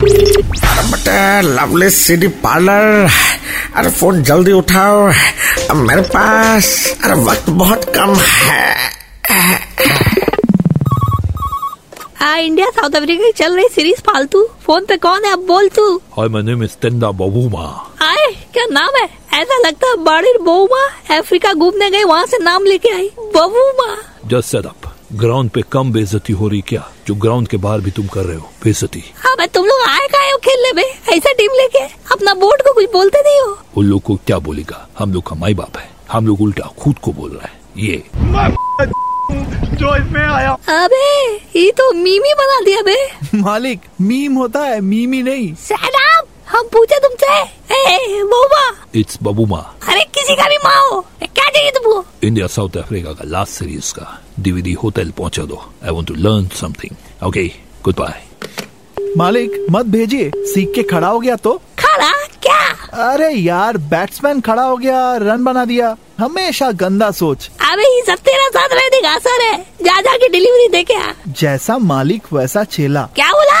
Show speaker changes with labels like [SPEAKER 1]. [SPEAKER 1] अरे बेटे lovely city parlour अरे फोन जल्दी उठाओ अब मेरे पास अरे वक्त बहुत कम है
[SPEAKER 2] आ, इंडिया साउथ अफ्रीका की चल रही सीरीज फालतू फोन पे कौन है अब बोल तू
[SPEAKER 3] hi my name is Temba Bavuma
[SPEAKER 2] आए क्या नाम है ऐसा लगता है बाड़ी बहुमा अफ्रीका घूमने गई वहाँ से नाम लेके आई Bavuma
[SPEAKER 3] just set up ground पे कम बेइज्जती हो रही क्या जो ग्राउंड के बाहर भी तुम कर रहे हो बेइज्जती
[SPEAKER 2] अब हाँ, तुम लोग आए का हो खेलने में ऐसा टीम लेके अपना बोर्ड को कुछ बोलते नहीं हो
[SPEAKER 3] उन लोग को क्या बोलेगा हम लोग का माई बाप है हम लोग उल्टा खुद को बोल रहा है ये
[SPEAKER 4] जो इसमें आया
[SPEAKER 2] अबे ये तो मीमी बना दिया बे
[SPEAKER 5] मालिक मीम होता है मीमी नहीं
[SPEAKER 2] सैदाब हम पूछे तुमसे ए बहुमा
[SPEAKER 3] इट्स बबूमा
[SPEAKER 2] अरे किसी का भी माँ हो ए, क्या चाहिए तुमको
[SPEAKER 3] इंडिया साउथ अफ्रीका का लास्ट सीरीज का डीवीडी होटल पहुंचा दो I want to learn something okay good bye
[SPEAKER 5] मालिक मत भेजिए सीख के खड़ा हो गया तो
[SPEAKER 2] खड़ा क्या
[SPEAKER 5] अरे यार बैट्समैन खड़ा हो गया रन बना दिया हमेशा गंदा सोच
[SPEAKER 2] अबे ये सब तेरा साथ रहने का असर है जा जा के डिलीवरी दे के आ।
[SPEAKER 5] जैसा मालिक वैसा चेला
[SPEAKER 2] क्या बोला